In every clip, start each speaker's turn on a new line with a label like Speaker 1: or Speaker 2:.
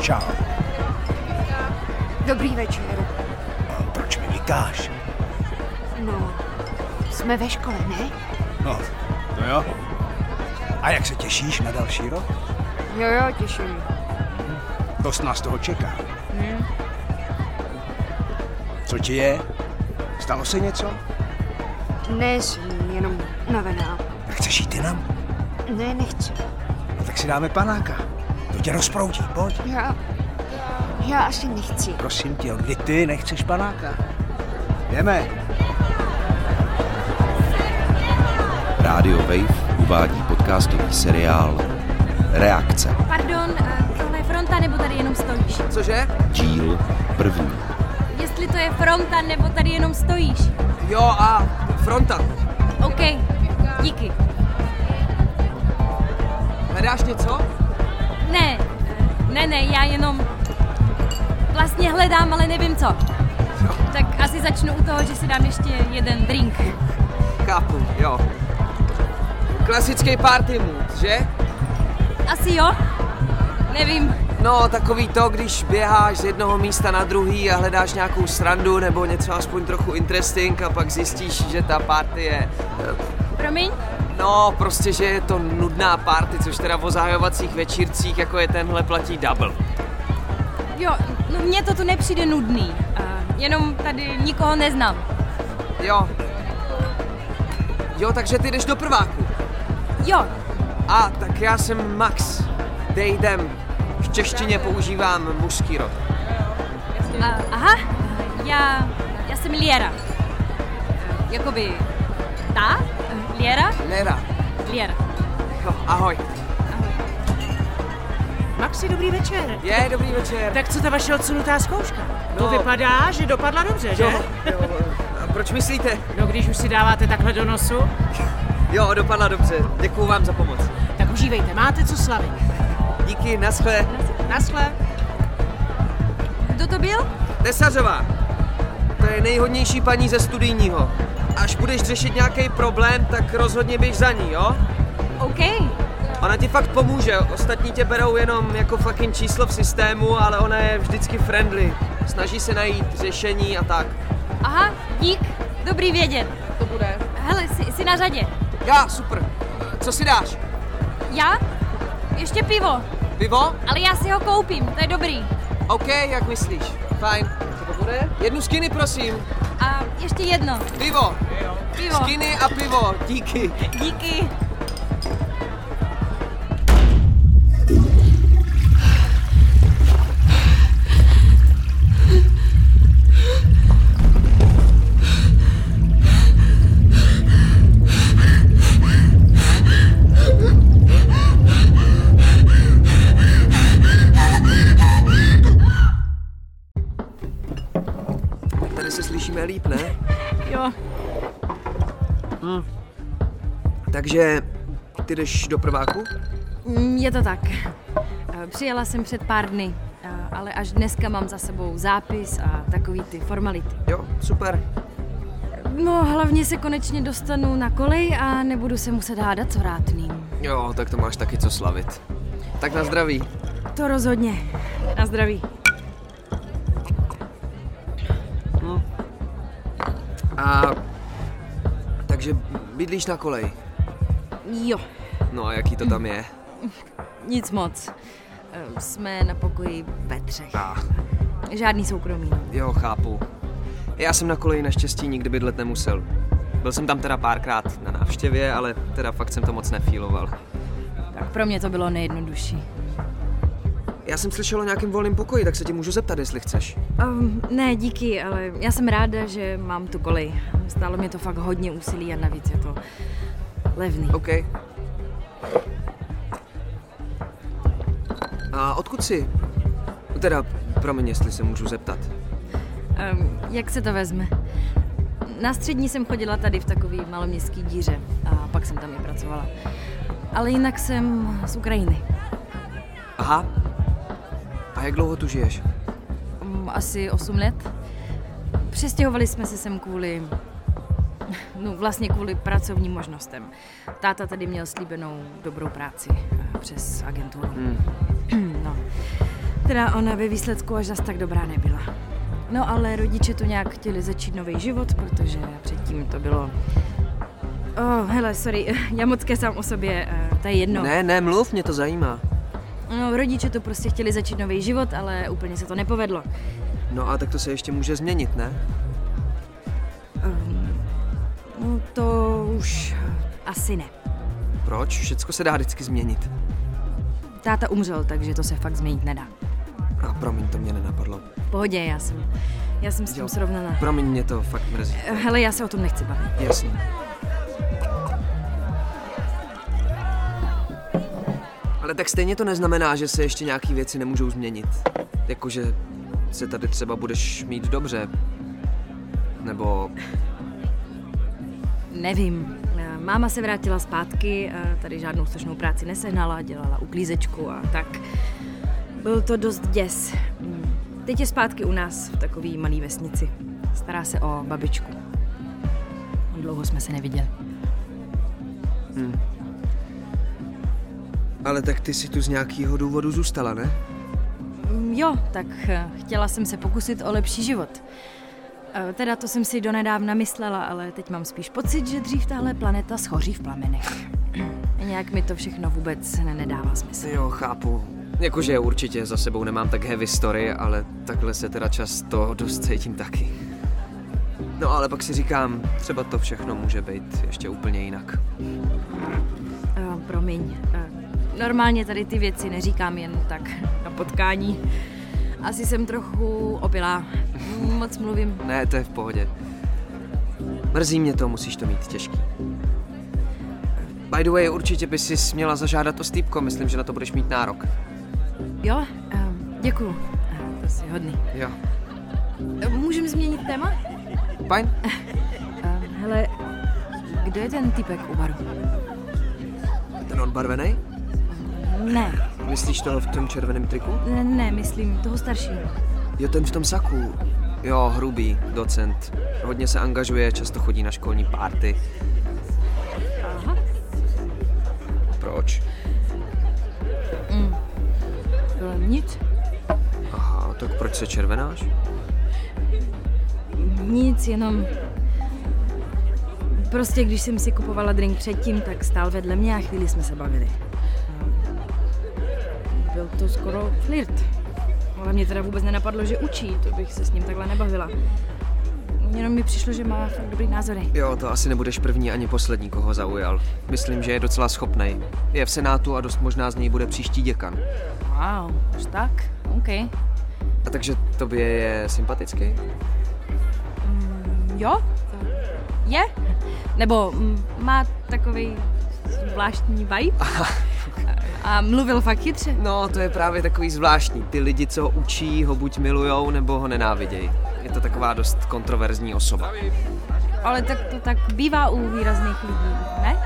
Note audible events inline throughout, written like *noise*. Speaker 1: Čau.
Speaker 2: Dobrý večer.
Speaker 1: A proč mi vykáš?
Speaker 2: No, jsme ve škole, ne?
Speaker 1: No, to jo. A jak se těšíš na další rok?
Speaker 2: Jo, jo, těším.
Speaker 1: Dost nás toho čeká. Co ti je? Stalo se něco?
Speaker 2: Ne, jsem jenom unavená.
Speaker 1: Chceš jít jinam?
Speaker 2: Ne, nechci.
Speaker 1: No tak si dáme panáka. To tě rozproudí, pojď.
Speaker 2: Já, já asi nechci.
Speaker 1: Prosím tě, kdy ty nechceš panáka? Jdeme.
Speaker 3: Radio Wave uvádí podcastový seriál Reakce.
Speaker 4: Pardon, eh, tohle je fronta nebo tady jenom stojíš?
Speaker 5: Cože?
Speaker 3: Díl první.
Speaker 4: Jestli to je fronta nebo tady jenom stojíš.
Speaker 5: Jo a fronta.
Speaker 4: OK, díky.
Speaker 5: Hledáš něco?
Speaker 4: Ne, eh, ne, ne, já jenom vlastně hledám, ale nevím co. Tak asi začnu u toho, že si dám ještě jeden drink.
Speaker 5: Chápu, jo. Klasický party mood, že?
Speaker 4: Asi jo? Nevím.
Speaker 5: No, takový to, když běháš z jednoho místa na druhý a hledáš nějakou srandu nebo něco aspoň trochu interesting a pak zjistíš, že ta party je...
Speaker 4: Promiň?
Speaker 5: No, prostě, že je to nudná party, což teda o zahajovacích večírcích, jako je tenhle, platí double.
Speaker 4: Jo, no mně to tu nepřijde nudný. Eh, Jenom tady nikoho neznám.
Speaker 5: Jo. Jo, takže ty jdeš do prváku.
Speaker 4: Jo,
Speaker 5: A, tak já jsem Max. Dejdem. V češtině používám mužský rod.
Speaker 4: A, aha, já, já jsem Liera. Eh, Jakoby ta? eh, Liera?
Speaker 5: Lera.
Speaker 4: Liera.
Speaker 5: Jo, ahoj.
Speaker 6: Maxi, dobrý večer.
Speaker 5: Je, dobrý večer.
Speaker 6: Tak co ta vaše odsunutá zkouška?
Speaker 5: No.
Speaker 6: To vypadá, že dopadla dobře, že?
Speaker 5: jo, jo, a proč myslíte?
Speaker 6: No když už si dáváte takhle do nosu,
Speaker 5: Jo, dopadla dobře. Děkuju vám za pomoc.
Speaker 6: tak užívejte, máte co slavit.
Speaker 5: Díky, naschle.
Speaker 6: Nashle.
Speaker 4: Kdo to byl?
Speaker 5: Tesařová. To je nejhodnější paní ze studijního. Až budeš řešit nějaký problém, tak rozhodně běž za ní, jo?
Speaker 4: OK.
Speaker 5: Ona ti fakt pomůže, ostatní tě berou jenom jako fucking číslo v systému, ale ona je vždycky friendly. Snaží se najít řešení a tak.
Speaker 4: Aha, dík. Dobrý vědět. To bude. Hele, jsi, jsi na řadě.
Speaker 5: Já, super. Co si dáš?
Speaker 4: Já? Ještě pivo,
Speaker 5: Pivo?
Speaker 4: ale já si ho koupím, to je dobrý.
Speaker 5: OK, jak myslíš? Fajn. Co to bude? Jednu skiny, prosím.
Speaker 4: A ještě jedno,
Speaker 5: Pivo.
Speaker 4: pivo.
Speaker 5: Skiny a pivo. Díky.
Speaker 4: Díky.
Speaker 5: Tady se slyšíme líp, ne? Hm.
Speaker 4: Jo,
Speaker 5: Takže ty jdeš do prváku?
Speaker 4: Mm, Je to tak. Eh, Přijela jsem před pár dny, eh, ale až dneska mám za sebou zápis a takový ty formality.
Speaker 5: Jo, super.
Speaker 4: No, hlavně se konečně dostanu na kolej a nebudu se muset hádat s vrátným.
Speaker 5: Jo, tak to máš taky co slavit. Tak na zdraví.
Speaker 4: To rozhodně. Na zdraví.
Speaker 5: A takže bydlíš na kolej.
Speaker 4: Jo,
Speaker 5: No a jaký to tam je?
Speaker 4: nic moc. Eh, Jsme na pokoji ve třech.
Speaker 5: Ach.
Speaker 4: Žádný soukromí.
Speaker 5: Jo, chápu. Já jsem na koleji naštěstí nikdy bydlet nemusel. Byl jsem tam teda párkrát na návštěvě, ale teda fakt jsem to moc nefíloval.
Speaker 4: Tak pro mě to bylo nejjednodušší.
Speaker 5: Já jsem slyšel o nějakém volném pokoji, tak se tě můžu zeptat, jestli chceš.
Speaker 4: Um, ne, díky, ale já jsem ráda, že mám tu kolej. Stálo mě to fakt hodně úsilí a navíc je to levný.
Speaker 5: OK. A odkud jsi? Teda, promiň, jestli se můžu zeptat.
Speaker 4: Um, jak se to vezme? Na střední jsem chodila tady v takový maloměstský díře a pak jsem tam i pracovala. Ale jinak jsem z Ukrajiny.
Speaker 5: Aha. A jak dlouho tu žiješ?
Speaker 4: Um, asi 8 let. Přestěhovali jsme se sem kvůli... *laughs* No vlastně kvůli pracovním možnostem. Táta tady měl slíbenou dobrou práci eh, přes agenturu.
Speaker 5: Hmm.
Speaker 4: *clears throat* No. Teda ona ve výsledku až zas tak dobrá nebyla. No ale rodiče to nějak chtěli začít nový život, protože předtím to bylo... Oh, hele, sorry, *laughs* já moc sám o sobě, eh, to je jedno.
Speaker 5: Ne, ne, mluv, mě to zajímá.
Speaker 4: No, rodiče to prostě chtěli začít nový život, ale úplně se to nepovedlo.
Speaker 5: No a tak to se ještě může změnit, ne?
Speaker 4: No to už asi ne.
Speaker 5: Proč? Všecko se dá vždycky změnit.
Speaker 4: Táta umřel, takže to se fakt změnit nedá.
Speaker 5: A promiň, to mě nenapadlo.
Speaker 4: V Pohodě, já jsem, já jsem s
Speaker 5: Jo.
Speaker 4: tím srovnaná.
Speaker 5: Promiň, mě to fakt mrzí.
Speaker 4: Eh, Hele, já se o tom nechci bavit.
Speaker 5: Jasný. Ale tak stejně to neznamená, že se ještě nějaký věci nemůžou změnit. Jakože se tady třeba budeš mít dobře. Nebo
Speaker 4: Nevím. Eh, Máma se vrátila zpátky, eh, tady žádnou slušnou práci nesehnala, dělala uklízečku a tak. Byl to dost děs. Mm. Teď je zpátky u nás, v takové malé vesnici. Stará se o babičku. Dlouho jsme se neviděli.
Speaker 5: Ale tak ty si tu z nějakého důvodu zůstala, ne?
Speaker 4: Mm, Jo, tak eh, chtěla jsem se pokusit o lepší život. Eh, Teda to jsem si donedávna myslela, ale teď mám spíš pocit, že dřív tahle planeta schoří v plamenech. Nějak mi to všechno vůbec ne- nedává smysl.
Speaker 5: Jo, chápu. Jakože určitě za sebou nemám tak heavy story, ale takhle se teda často dost cítím taky. No ale pak si říkám, třeba to všechno může být ještě úplně jinak.
Speaker 4: Eh, Promiň. eh, Normálně tady ty věci neříkám jen tak na potkání. Asi jsem trochu opilá. Mm, Moc mluvím.
Speaker 5: Ne, to je v pohodě. Mrzí mě to, musíš to mít těžký. By the way, určitě by si směla zažádat o stýpko, myslím, že na to budeš mít nárok.
Speaker 4: Jo, eh, děkuju. Eh, To jsi hodný.
Speaker 5: Jo.
Speaker 4: Eh, Můžeme změnit téma?
Speaker 5: Fajn.
Speaker 4: Eh, Hele, kdo je ten typek u baru?
Speaker 5: Ten odbarvený?
Speaker 4: Ne,
Speaker 5: Myslíš toho v tom červeném triku?
Speaker 4: ne, ne, myslím toho staršího.
Speaker 5: Jo, ten v tom saku. Jo, hrubý, docent. Hodně se angažuje, často chodí na školní párty.
Speaker 4: Aha.
Speaker 5: Proč?
Speaker 4: Eh, Nic?
Speaker 5: Aha, tak proč se červenáš?
Speaker 4: Nic, jenom... Prostě když jsem si kupovala drink předtím, tak stál vedle mě a chvíli jsme se bavili. Eh, Byl to skoro flirt. Ale mě teda vůbec nenapadlo, že učí, to bych se s ním takhle nebavila. Jenom mi přišlo, že má fakt dobrý názory.
Speaker 5: Jo, to asi nebudeš první ani poslední, koho zaujal. Myslím, že je docela schopnej. Je v senátu a dost možná z něj bude příští děkan.
Speaker 4: Wow, už tak? OK.
Speaker 5: A takže tobě je sympatický?
Speaker 4: Jo? Je? Nebo mm, má takový zvláštní vibe? A mluvil fakt chytře.
Speaker 5: No, to je právě takový zvláštní. Ty lidi, co ho učí, ho buď milujou, nebo ho nenávidějí. Je to taková dost kontroverzní osoba.
Speaker 4: Ale tak to tak bývá u výrazných lidí, ne?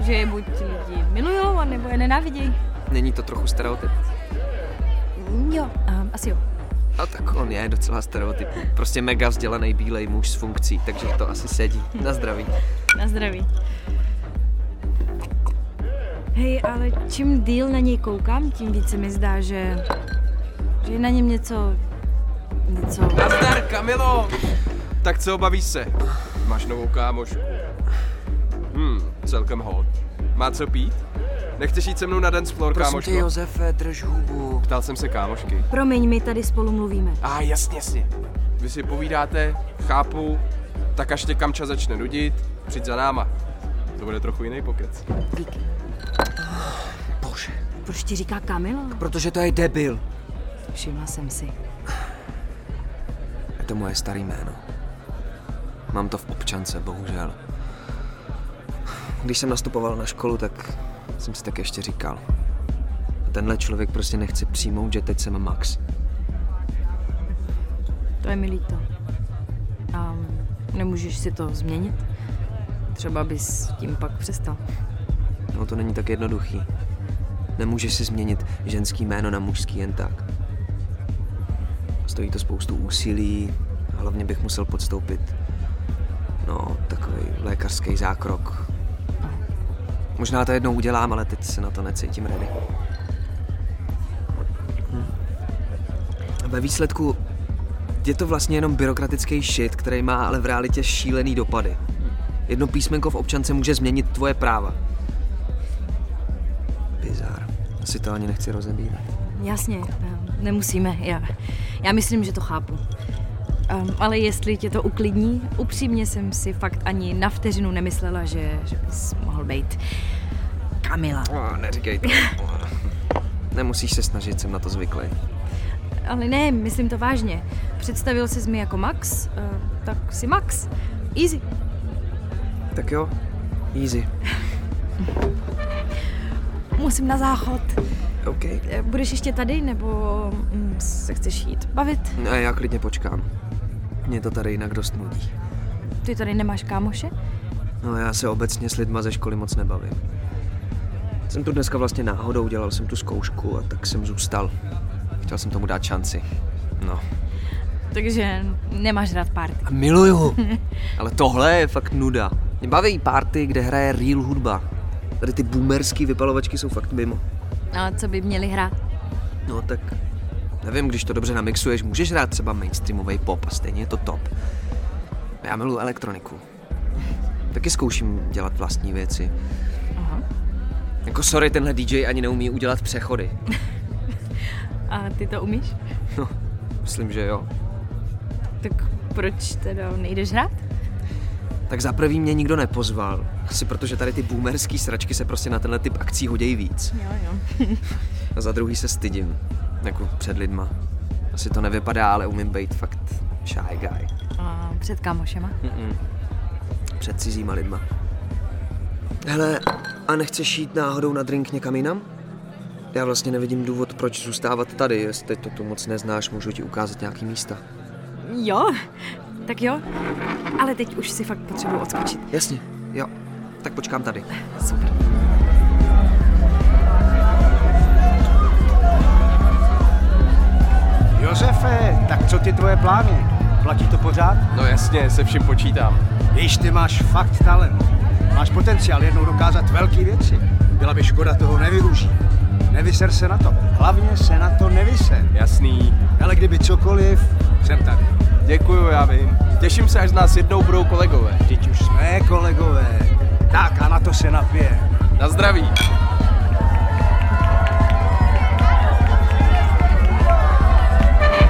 Speaker 4: Že je buď lidi milujou, anebo je nenávidějí.
Speaker 5: Není to trochu stereotyp?
Speaker 4: Mm, Jo, um, asi jo.
Speaker 5: A No, tak on je docela stereotyp. Prostě mega vzdělaný bílej muž s funkcí, takže to asi sedí. Na zdraví.
Speaker 4: Na zdraví. Hej, ale čím díl na něj koukám, tím více mi zdá, že, že je na něm něco, něco...
Speaker 7: Nazdar, Kamilo! Tak co, bavíš se? Máš novou kámošku. Hmm, celkem hot. Má co pít? Nechceš jít se mnou na dance floor, kámoško?
Speaker 5: Josefe, drž hubu.
Speaker 7: Ptal jsem se kámošky.
Speaker 4: Promiň, my tady spolu mluvíme.
Speaker 7: A ah, jasně, jasně. Vy si povídáte, chápu, tak až tě kamča začne nudit, přijď za náma. To bude trochu jiný pokec.
Speaker 4: Díky.
Speaker 5: Bože.
Speaker 4: Proč ti říká Kamila?
Speaker 5: Protože to je debil.
Speaker 4: Všimla jsem si.
Speaker 5: Je to moje starý jméno. Mám to v občance, bohužel. Když jsem nastupoval na školu, tak jsem si tak ještě říkal. Tenhle člověk prostě nechce přijmout, že teď jsem Max.
Speaker 4: To je mi líto. A nemůžeš si to změnit? Třeba bys tím pak přestal.
Speaker 5: No to není tak jednoduchý. Nemůžeš si změnit ženský jméno na mužský jen tak. Stojí to spoustu úsilí, a hlavně bych musel podstoupit, no, takový lékařský zákrok. Možná to jednou udělám, ale teď se na to necítím ready. Hm. Ve výsledku je to vlastně jenom byrokratický shit, který má ale v realitě šílený dopady. Jedno písmenko v občance může změnit tvoje práva. Bizar. Asi to ani nechci rozebírat.
Speaker 4: Jasně, eh, nemusíme, já, já myslím, že to chápu. Ehm, ale jestli tě to uklidní, upřímně jsem si fakt ani na vteřinu nemyslela, že, že bys mohl být Kamila.
Speaker 5: Oh, neříkej to. *laughs* Nemusíš se snažit, jsem na to zvyklý.
Speaker 4: Ale ne, myslím to vážně. Představil jsi mi jako Max, eh, tak si Max. Easy.
Speaker 5: Tak jo, easy.
Speaker 4: Musím na záchod.
Speaker 5: OK.
Speaker 4: Eh, Budeš ještě tady, nebo mm, se chceš jít bavit?
Speaker 5: No, já klidně počkám. Mě to tady jinak dost nudí.
Speaker 4: Ty tady nemáš kámoše?
Speaker 5: No, já se obecně s lidma ze školy moc nebavím. Jsem tu dneska vlastně náhodou, dělal jsem tu zkoušku a tak jsem zůstal. Chtěl jsem tomu dát šanci. No.
Speaker 4: Takže nemáš rád party.
Speaker 5: A miluju. *laughs* Ale tohle je fakt nuda. Mě baví party, kde hraje real hudba. Tady ty boomerský vypalovačky jsou fakt mimo.
Speaker 4: A co by měli hrát?
Speaker 5: No tak, nevím, když to dobře namixuješ, můžeš hrát třeba mainstreamový pop a stejně je to top. Já miluji elektroniku. Taky zkouším dělat vlastní věci.
Speaker 4: Aha.
Speaker 5: Jako sorry, tenhle DJ ani neumí udělat přechody.
Speaker 4: A ty to umíš?
Speaker 5: No, myslím, že jo.
Speaker 4: Tak proč teda nejdeš hrát?
Speaker 5: Tak za prvý mě nikdo nepozval. Asi protože tady ty boomerský sračky se prostě na tenhle typ akcí hodějí víc.
Speaker 4: Jo, jo.
Speaker 5: *laughs* A za druhý se stydím. Jako před lidma. Asi to nevypadá, ale umím být fakt shy guy.
Speaker 4: A před kámošema?
Speaker 5: před cizíma lidma. Hele, a nechceš jít náhodou na drink někam jinam? Já vlastně nevidím důvod, proč zůstávat tady. Jestli to tu moc neznáš, můžu ti ukázat nějaký místa.
Speaker 4: Jo, tak jo. Ale teď už si fakt potřebuji odskočit.
Speaker 5: Jasně, jo. Tak počkám tady.
Speaker 4: Super.
Speaker 1: Josefe, tak co ty tvoje plány? Platí to pořád?
Speaker 7: No jasně, se vším počítám.
Speaker 1: Víš, ty máš fakt talent. Máš potenciál jednou dokázat velké věci. Byla by škoda toho nevyužít. Nevyser se na to. Hlavně se na to nevyser.
Speaker 7: Jasný.
Speaker 1: Ale kdyby cokoliv, jsem tady.
Speaker 7: Děkuju, já vím. Těším se, až z nás jednou budou kolegové.
Speaker 1: Teď už jsme kolegové. Tak a na to se napije.
Speaker 7: Na zdraví.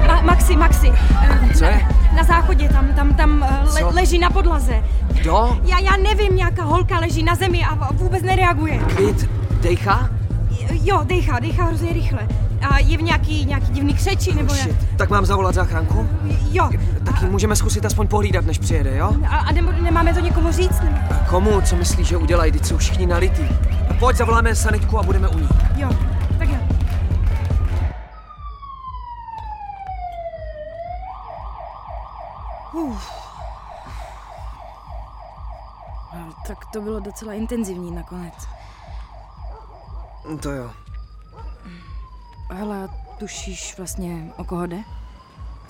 Speaker 2: Ma- Maxi, Maxi. eh,
Speaker 5: Co je?
Speaker 2: Na, na záchodě, tam, tam, tam eh,
Speaker 5: Co?
Speaker 2: le, leží na podlaze.
Speaker 5: Kdo?
Speaker 2: Já, já nevím, nějaká holka leží na zemi a v- vůbec nereaguje.
Speaker 5: Klid? Dejchá?
Speaker 2: Jo, dechá, dechá hrozně rychle. A je v nějaký, nějaký divný křeči, nebo jak?
Speaker 5: Oh, Shit. Tak mám zavolat záchranku?
Speaker 2: Jo.
Speaker 5: Tak ji můžeme zkusit aspoň pohlídat, než přijede, jo?
Speaker 2: A, a nebo, nemáme to někomu říct? Nebo?
Speaker 5: A komu, co myslíš, že udělají, když jsou všichni nalitý? Pojď, zavoláme sanitku a budeme u ní.
Speaker 2: Jo, tak jo.
Speaker 4: Tak to bylo docela intenzivní nakonec.
Speaker 5: To jo.
Speaker 4: Hele, tušíš vlastně, o koho jde?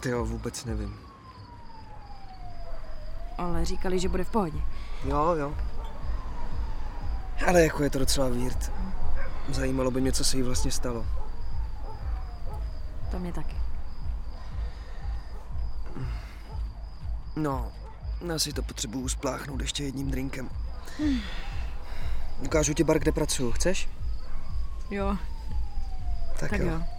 Speaker 5: Ty jo, vůbec nevím.
Speaker 4: Ale říkali, že bude v pohodě.
Speaker 5: Jo, jo. Ale jako je to docela weird. Zajímalo by mě, co se jí vlastně stalo.
Speaker 4: To mě taky.
Speaker 5: No, já si to potřebuju spláchnout ještě jedním drinkem.
Speaker 4: Hm.
Speaker 5: Ukážu ti bar, kde pracuju, chceš?
Speaker 4: Jo, tak, tak jo. jo.